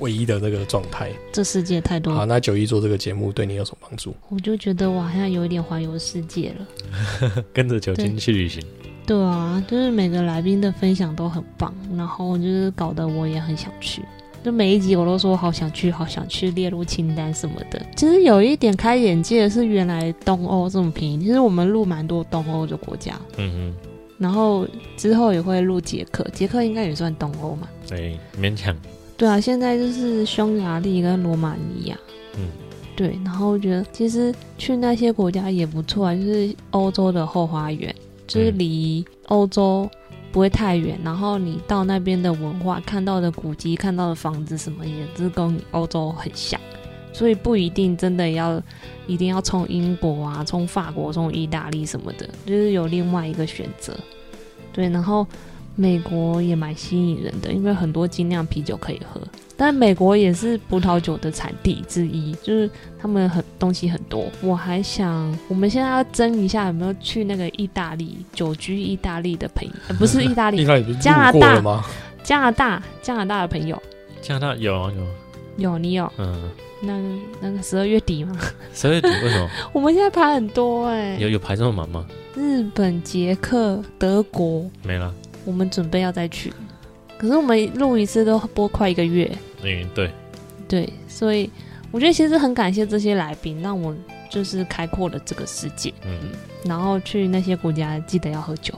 唯一的那个状态。
这世界太多
好，那九一做这个节目对你有什么帮助？
我就觉得我好像有一点环游世界了。
跟着酒精
对
去旅行，
对啊，就是每个来宾的分享都很棒，然后就是搞得我也很想去。就每一集我都说好想去，好想去，列入清单什么的。其实有一点开眼界的是，原来东欧这么便宜。其实我们录蛮多东欧的国家，
嗯
然后之后也会录捷克，捷克应该也算东欧嘛。
哼，哎，勉强。
对啊，现在就是匈牙利跟罗马尼亚，
嗯，
对，然后觉得其实去那些国家也不错啊，就是欧洲的后花园，就是
嗯
离欧洲不会太远，然后你到那边的文化、看到的古迹、看到的房子什么，也是跟你欧洲很像，所以不一定真的要一定要从英国啊、从法国、从意大利什么的，就是有另外一个选择，对，然后。美国也蛮吸引人的，因为很多精酿啤酒可以喝。但美国也是葡萄酒的产地之一，就是他们很东西很多。我还想，我们现在要争一下有没有去那个意大利久居意大利的朋友，呃不是意大 利，
该也不是
加拿大
路过了吗？
加拿大加拿大的朋友
加拿大有啊有啊，
有你有
嗯，
那个那个十二月底吗？
十二月底为什么
我们现在排很多哎、
有有排这么满吗？
日本、捷克、德国，
没了，
我们准备要再去，可是我们录一次都播快一个月，
嗯，对，
对，所以我觉得其实很感谢这些来宾，让我就是开阔了这个世界。
嗯，
然后去那些国家记得要喝酒，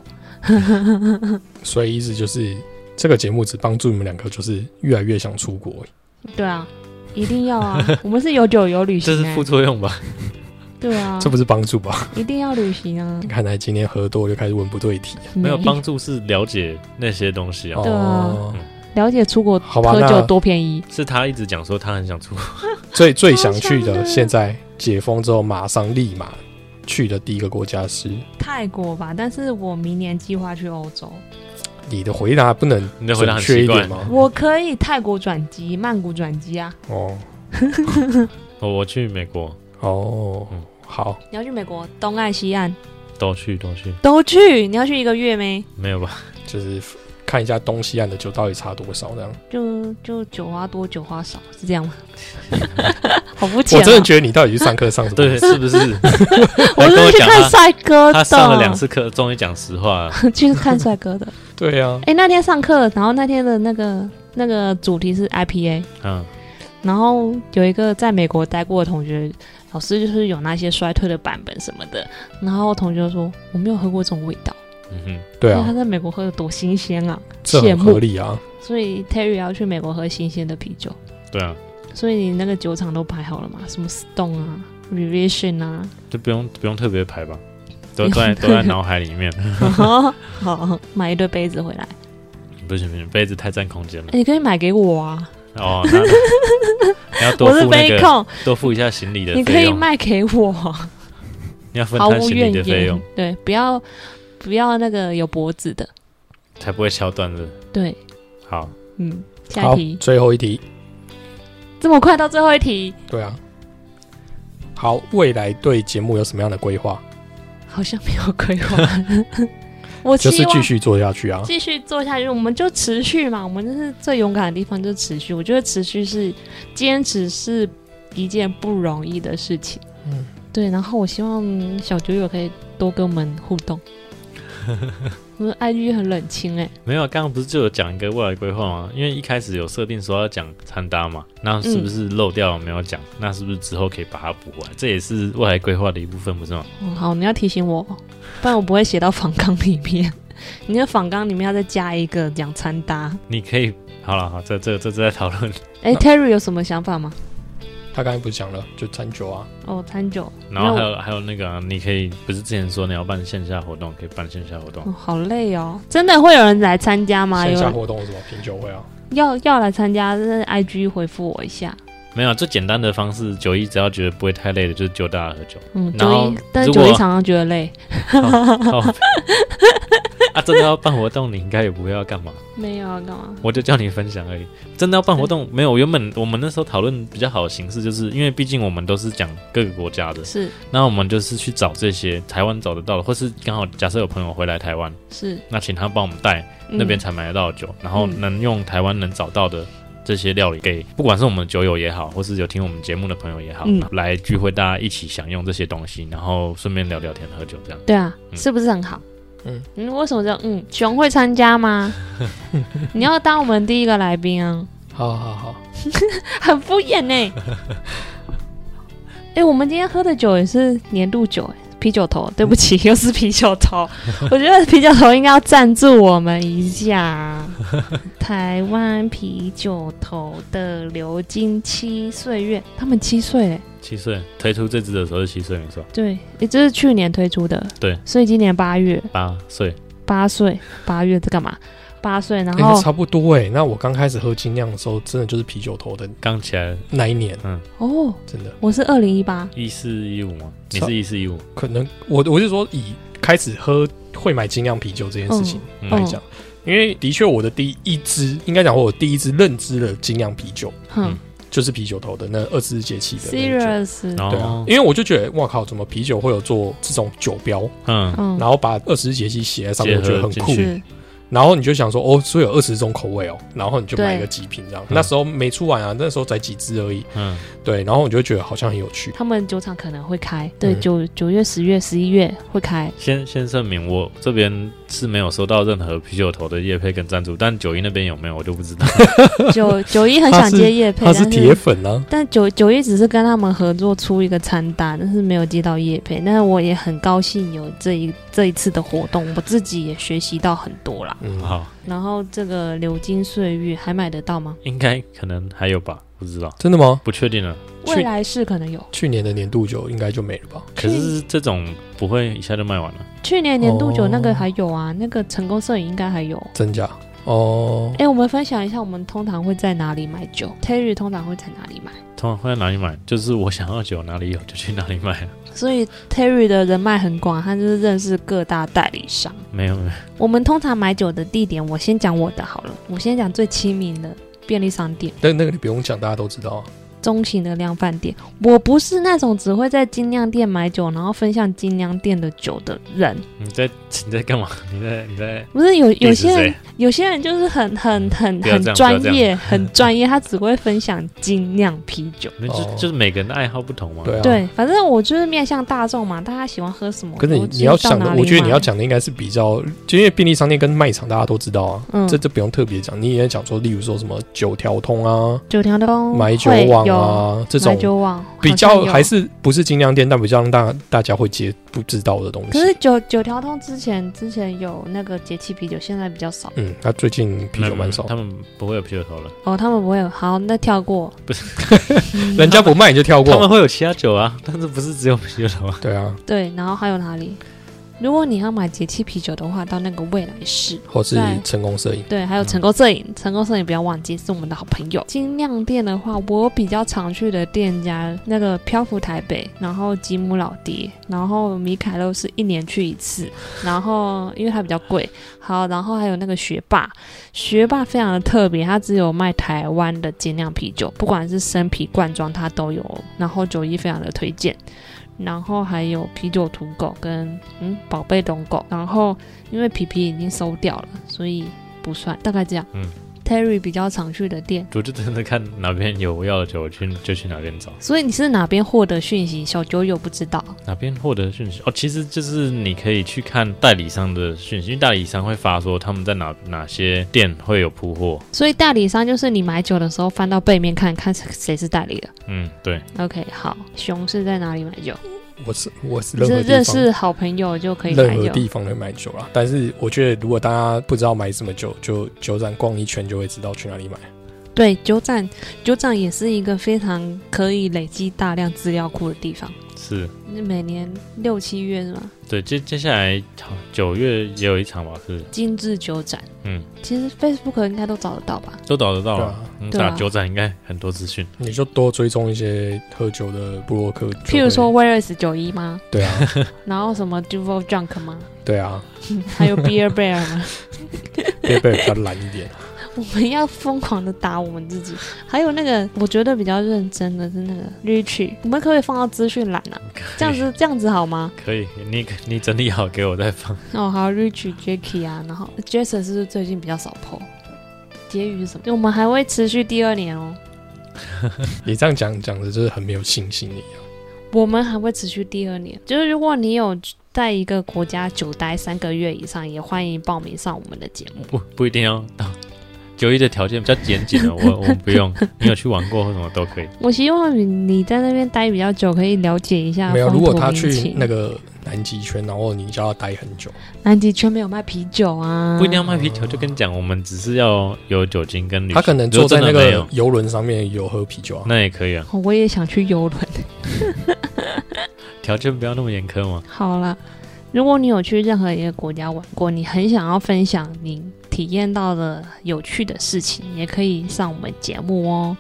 所以意思就是这个节目只帮助你们两个，就是越来越想出国。
对啊，一定要啊，我们是有酒有旅
这
行、
是
欸
副，作用吧？
对啊
这，不是帮助吧？
一定要旅行啊，
看来今天喝多就开始文不对题。
没有
没
帮助是了解那些东西啊，
对
哦
啊，了解出国
好吧，
喝酒
那
多便宜，
是他一直讲说他很想出国，
最最想去
好想
的，
啊
现在解封之后马上立马去的第一个国家是
泰国吧，但是我明年计划去欧洲，
你的回答不能
你的回答
准
很
确
奇
一
怪
点。吗？
我可以泰国转机、曼谷转机啊，
哦
我我去美国
哦
嗯，
好，
你要去美国东岸、西岸
都去都去，
都去，你要去一个月没？
没 有吧？
就是看一下东西岸的酒到底差多少这样。
就就酒花多酒花少是这样吗？ 好肤浅、
我
啊，
真的觉得你到底去上课上什么？
对，是不是？
我
还跟
是
我
去
讲
看啊
他
帅哥的，
他上了两次课，终于讲实话了。
去看帅哥的。
对啊，
哎、那天上课，然后那天的那个那个主题是 IPA，
嗯，
然后有一个在美国待过的同学，老师就是有那些衰退的版本什么的，然后同学就说我没有喝过这种味道，
嗯哼，
对
因为他
啊，
在美国喝的多新鲜啊，
这
羡
很合
慕。
理啊。
所以 Terry 要去美国喝新鲜的啤酒，
对啊，
所以你那个酒厂都排好了嘛？什么 Stone 啊、Revision 啊，
就不用不用特别排吧，都都 在都在脑海里面。
好买一堆杯子回来，
不行不行，杯子太占 空间了
诶。哎你可以买给我啊，
哦，那 你要多
我是
付那
杯
个
控，
多付一下行李的
你可以
费用，
卖给我啊、
你要分
毫
摊
无
行
怨
李的费用
言，，对，不要不要那个有脖子的，
才不会敲断的。
对，
好，
嗯，下
好
一题，，
最后一题，
这么快到最后一题，
对啊。好，未来对节目有什么样的规划？
好像没有规划， 我希
就
望
是继续做下去啊。
继续做下去，我们就持续嘛，我们就是最勇敢的地方就是持续，我觉得持续是坚持是一件不容易的事情，
嗯
对，然后我希望小九友可以多跟我们互动，我们 IG 很冷清哎、
没有，刚刚不是就有讲一个未来规划吗？因为一开始有设定说要讲餐搭嘛，那是不是漏掉了没有讲？那是不是之后可以把它补完？这也是未来规划的一部分，不是吗？
哦，好，你要提醒我，不然我不会写到访纲里面。你的访纲里面要再加一个讲餐搭。
你可以，好了，好，这这这这在讨 论，
哎、
那
t e r r y 有什么想法吗？
他刚才不是讲了，就餐酒啊，
哦，餐酒，
然后还有还有那个啊、你可以不是之前说你要办线下活动，可以办线下活 动
哦，，好累哦，真的会有人来参加吗？
线
有
下
人
活动有什么品酒会啊？
要要来参加，真的 IG 回复我一下。
没有最简单的方式，九一只要觉得不会太累的，就是揪大家喝酒。
嗯，九
然后
一，但是
如
九
果
一常常觉得累，
好 啊，真的要办活动，你应该也不会要干嘛，
没有要啊干嘛？
我就叫你分享而已。真的要办活动，没有。原本我们那时候讨论比较好的形式，就是因为毕竟我们都是讲各个国家的，
是
那我们就是去找这些台湾找得到的，或是刚好假设有朋友回来台湾，
是，
那请他帮我们带
嗯
那边才买得到的酒，然后
嗯
能用台湾能找到的。这些料理给不管是我们酒友也好，或是有听我们节目的朋友也好，
嗯
来聚会，大家一起享用这些东西，然后顺便聊聊天、喝酒这样。
对啊，
嗯
是不是很好？
嗯
嗯，为什么叫嗯？熊会参加吗？ 你要当我们第一个来宾啊。
好好好，
很敷衍呢、欸。 哎、我们今天喝的酒也是年度酒、欸，啤酒头。对不起，又是啤酒头。 我觉得啤酒头应该要赞助我们一下。台湾啤酒头的流金七岁月，他们七岁嘞、
七岁推出这支的时候是七岁，没错，
对，也这是去年推出的。
对，
所以今年八月，
八岁。
八岁，八月在干嘛？八岁，然
哎、
后、
那差不多哎、那我刚开始喝精酿的时候，真的就是啤酒头的
刚起来
那一年，
哦，
真的
我是二零一八，
一四一五吗？你
操
是一四一五？
可能我我是说以开始喝会买精酿啤酒这件事情
嗯
哦
来讲，因为的确我的第一支应该讲我第一支认知的精酿啤酒
哼、
就是啤酒头的那二十节气的
s e
那
r i
一种
o u s
然
对啊
后，
因为我就觉得，哇靠，怎么啤酒会有做这种酒标，
嗯，
嗯，
然后把二十节气写在上面，我觉得很
结合进
酷
去。
是
然后你就想说，哦，所以有二十种口味哦，然后你就买一个几瓶这样。
嗯
那时候没出完啊，那时候才几支而已。
嗯，
对，然后我就觉得好像很有趣。
他们酒厂可能会开，对，
嗯
九九月、十月、十一月会 开，
先先声明，我这边是没有收到任何啤酒头的叶配跟赞助，但九一那边有没有我就不知道。
九九一很想接叶配，
他
但
是铁粉啊呢、
但九九一只是跟他们合作出一个餐单，但是没有接到叶配。但是我也很高兴有这一这一次的活动，我自己也学习到很多啦。
嗯，
好，
然后这个流金岁月还买得到吗？
应该可能还有吧，不知道，
真的吗？
不确定了。
去
未来是可能有。
去年的年度酒应该就没了吧？
可是这种不会一下就卖完了。
去年年度酒那个还有啊，那个成功摄影应该还有。
真假？哦，
哎，我们分享一下，我们通常会在哪里买酒？Terry 通常会在哪里买？
通常会在哪里买？就是我想要酒哪里有就去哪里买。
所以 Terry 的人脉很广，他就是认识各大代理商。
没有没有，
我们通常买酒的地点，我先讲我的好了，我先讲最亲民的便利商店。
那那个你不用讲，大家都知道啊。
中型的量贩店，我不是那种只会在精酿店买酒，然后分享精酿店的酒的人。
你在你在干嘛？你在你在
不是有有
你是
些
谁
人，有些人就是很很很
不要
很
这样
专
不要这
业，很专业，他只会分享精酿啤 酒。
那就、
哦
就是每个人的爱好不同嘛。
对啊，。
对，反正我就是面向大众嘛，大家喜欢喝什么，
可是你
我知
你要
道
想的
哪，里
我觉得你
买
要，讲的应该是比较，就因为便利商店跟卖场大家都知道啊，
嗯
这这不用特别讲。你也讲说，例如说什么九条通啊、
九条通
买酒
嗯会
网
有，
啊这
买
种
酒网
比
好像
较
有
还是不是精酿店，但比较让大大家会接不知道的东西
可。是九九条通之前之前有那个节气啤酒，现在比较少
嗯，那最近啤酒蛮少
他，们不会有啤酒头了，
哦。他们不会有，好，那跳过。嗯
不是，
人家不卖你就跳
他们
过。
会有其他酒啊，但是不是只有啤酒头啊？
对啊，
对，然后还有哪里？如果你要买节气啤酒的话，到那个未来市。
或是
对
成功摄影，
对，还有成功摄影，成功摄影不要忘记是我们的好朋友。精酿店的话，我比较常去的店家，那个漂浮台北，然后吉姆老爹，然后米凯勒是一年去一次，然后因为它比较贵，好，然后还有那个学霸，学霸非常的特别，它只有卖台湾的精酿啤酒，不管是生啤、罐装，它都有。然后九一非常的推荐，然后还有啤酒土狗跟嗯宝贝龙狗，然后因为皮皮已经收掉了，所以不算，大概这样。
嗯
，Terry 比较常去的店，
我就真的看哪边有我要的酒，我去就去哪边找，
所以你是哪边获得讯息？小九有不知道，
哪边获得讯息哦。其实就是你可以去看代理商的讯息，因为代理商会发说他们在哪哪些店会有铺货。
所以代理商就是你买酒的时候翻到背面看看谁是代理的。
嗯，对，
OK，好，熊是在哪里买酒？
我是我是
就是
任何
认
地方
识好朋友就可以买
任何
酒。
地方能买酒啦。但是我觉得如果大家不知道买什么酒，就酒展逛一圈就会知道去哪里买。
对，酒展，酒展也是一个非常可以累积大量资料库的地方。
是，
每年六七月是吗？
对。接接下来好九月也有一场吧，是，
精致酒展，
嗯，
其实 Facebook 应该都找得到吧？
都找得到嗯
对
了。
啊，
你
对啊
打酒展应该很多资讯，
你就多追踪一些喝酒的布洛克，
譬如说，威尔士九一吗？
对啊，
然后什么 Duval Drunk 吗？
对啊，
还有 Beer Bear 吗？
贝贝比较懒一点。
我们要疯狂的打我们自己。还有那个，我觉得比较认真的是那个 Richie，我们可不可以放到资讯栏啊？这样子这样子好吗？
可以，你你整理好给我再放。
哦，还有 Rich、Jacky 啊，然后 Jason 是不是最近比较少 PO？结语是什么？我们还会持续第二年哦，
你这样讲讲的就是很没有信心一样。
我们还会持续第二年。就是如果你有在一个国家久待三个月以上，也欢迎报名上我们的节目。
不不一定要到九一的条件比较严谨的，我我不用。你有去玩过或什么都可以。
我希望你你在那边待比较久，可以了解一下
没有，
风
如果
土
他
民
去
情
那个南极圈，然后你叫他待很久，
南极圈没有卖啤酒啊，
不一定要卖啤酒，就跟你讲，我们只是要有酒精跟旅行。
他可能坐在那
如果真的没
个
有，
游轮上面有喝啤酒啊。
那也可以啊，
哦我也想去游轮。
条件不要那么严苛嘛。
好啦，如果你有去任何一个国家玩过，你很想要分享你体验到的有趣的事情，也可以上我们节目哦。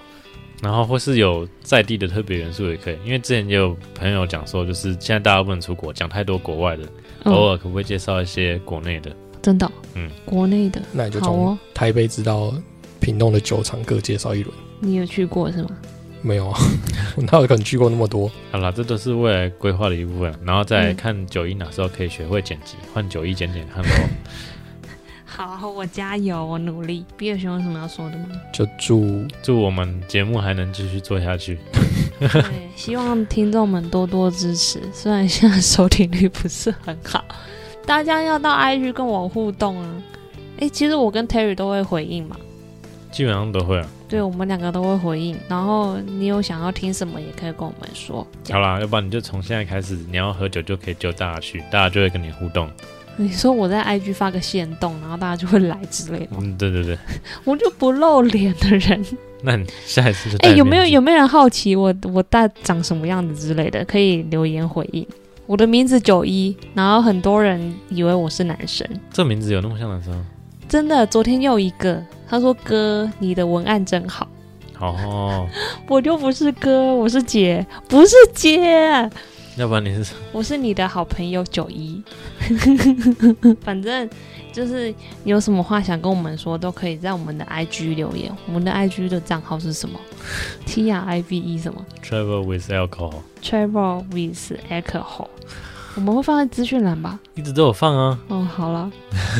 然后或是有在地的特别元素也可以，因为之前也有朋友讲说，就是现在大家不能出国，讲太多国外的，偶
嗯，
尔可不可以介绍一些国内的？
真的哦，
嗯
国内的
那你就
好
从
哦，
台北直到屏东的酒厂各介绍一轮。
你有去过是吗？
没有啊，我哪有可能去过那么多？
好啦，这都是未来规划的一部分，然后再来
嗯
看九一哪时候可以学会剪辑，换九一剪剪看咯。
好，我加油，我努力。比尔熊有什么要说的吗？
就祝
祝我们节目还能继续做下去。
对，希望听众们多多支持。虽然现在收听率不是很好，大家要到 IG 跟我互动啊。诶，其实我跟 Terry 都会回应嘛，
基本上都会啊。
对我们两个都会回应。然后你有想要听什么，也可以跟我们说。这
好
样
啦，要不然你就从现在开始，你要喝酒就可以揪大家去，大家就会跟你互动。
你说我在 IG 发个线动，然后大家就会来之类的，
嗯，对对对。
我就不露脸的人。
那你下一次就
哎、
戴
有没有
面具
有没有人好奇我我大长什么样子之类的？可以留言回应。我的名字九一，然后很多人以为我是男生，
这名字有那么像男生？
真的。昨天又一个，他说哥，你的文案真好。
哦，
我就不是哥，我是姐，不是姐，
要不然你是
我是你的好朋友九一。 反正就是有什么话想跟我们说，都可以在我们的 IG 留言。我们的 IG 的账号是什么？T R I V E 什么？
travel with alcohol，
Travel with alcohol，我们会放在资讯栏吧？
一直都有放啊。
哦，好 了，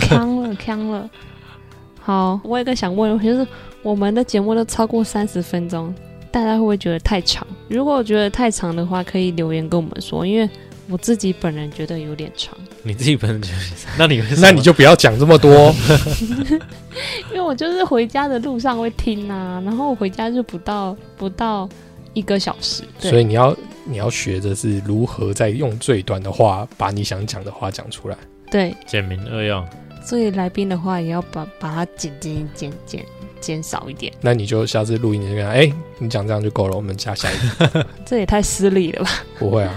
康了，康了。好，我有一个想问的问题，就是我们的节目都超过三十分钟，大家会不会觉得太长？如果觉得太长的话，可以留言跟我们说，因为我自己本人觉得有点长，
你自己本身就是， 那你为什么
那你就不要讲这么多。 哦
因为我就是回家的路上会听啊，然后我回家就不到不到一个小时， 对
所以你要你要学的是如何在用最短的话把你想讲的话讲出来。
对，
简明扼要，
所以来宾的话也要把把它剪剪剪剪减少一点。
那你就下次录音你就跟他，哎、你讲这样就够了，我们加下 一个。
这也太失礼了吧！
不会啊，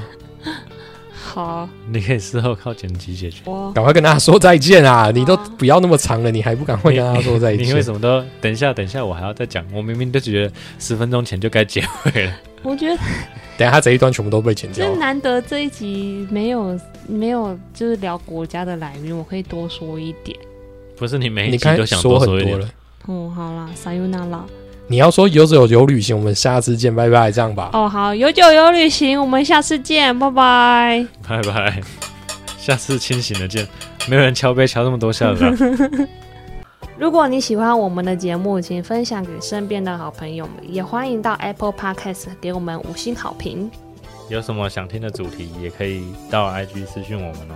好，
你可以事后靠剪辑解决。
我
赶快跟大家说再见啊！你都不要那么长了，你还不赶快跟大家说再
你为
见？
什么都等一下？等一下，我还要再讲。我明明就觉得十分钟前就该结尾 了。
我觉得
等一下这一段全部都被剪掉
真。啊难得这一集没有没有就是聊国家的来源，我可以多说一点。
不是你每一
你
集
看
都想
说
多
很
一
多
点，
了，
哦，好啦，撒尤那拉。
你要说有酒有旅行，我们下次见，拜拜，这样吧。
哦，好，有酒有旅行，我们下次见，拜拜。
拜拜，下次清醒的见。没有人敲杯敲这么多下啊的啦，
如果你喜欢我们的节目，请分享给身边的好朋友们，也欢迎到 Apple Podcast 给我们五星好评。
有什么想听的主题也可以到 IG 私讯我们哦。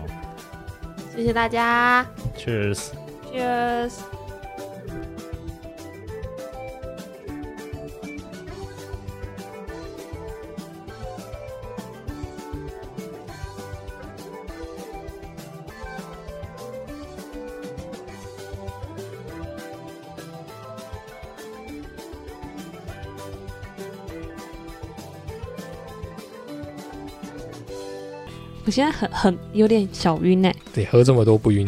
谢谢大家
Cheers。
，Cheers。我现在很很有点小晕哎、
你喝这么多不晕，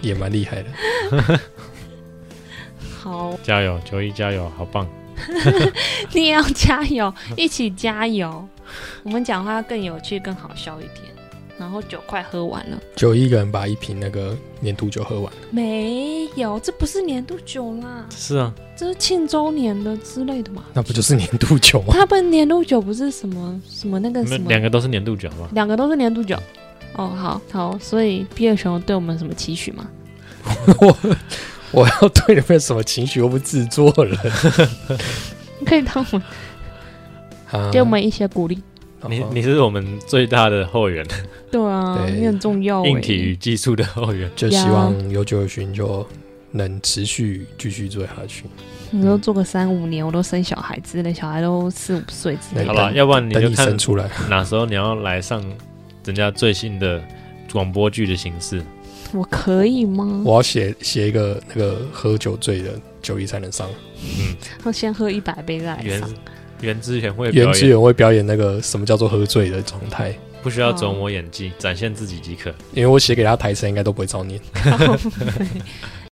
也蛮厉害的。
好，
加油，九一加油，好棒！
你也要加油，一起加 油。我们讲话更有趣、更好笑一点。然后酒快喝完了，
就一个人把一瓶那个年度酒喝完，
没有，这不是年度酒啦，
是啊，
这是庆周年的之类的嘛。
那不就是年度酒吗？
他们年度酒不是什么什么那个
你
什
们
么，
两个都是年度酒嘛，
两个都是年度酒。哦，好好，所以毕业熊对我们有什么期许吗？
我我要对你们什么情绪？又不制作人
你可以当我
嗯
们
啊！
给我们一些鼓励。
哦
你你是我们最大的后援，
对啊，
对
你很重要、欸。
硬体与技术的后援。
就希望有酒有寻就能持续继续做下去。
你说做个三五年，我都生小孩之类，小孩都四五岁之类
对
好
的。
了，要不然你
等
就
你
看
生出来，
哪时候你要来上人家最新的广播剧的形式。
我可以吗？
我要写写一个那个喝酒醉的酒一才能上。
要先喝一百杯再来
原
上。
原之前会 表
原志
演，
远会表演那个什么叫做喝醉的状态，
不需要琢
哦
磨演技，展现自己即可。
因为我写给他台词应该都不会照念。
靠背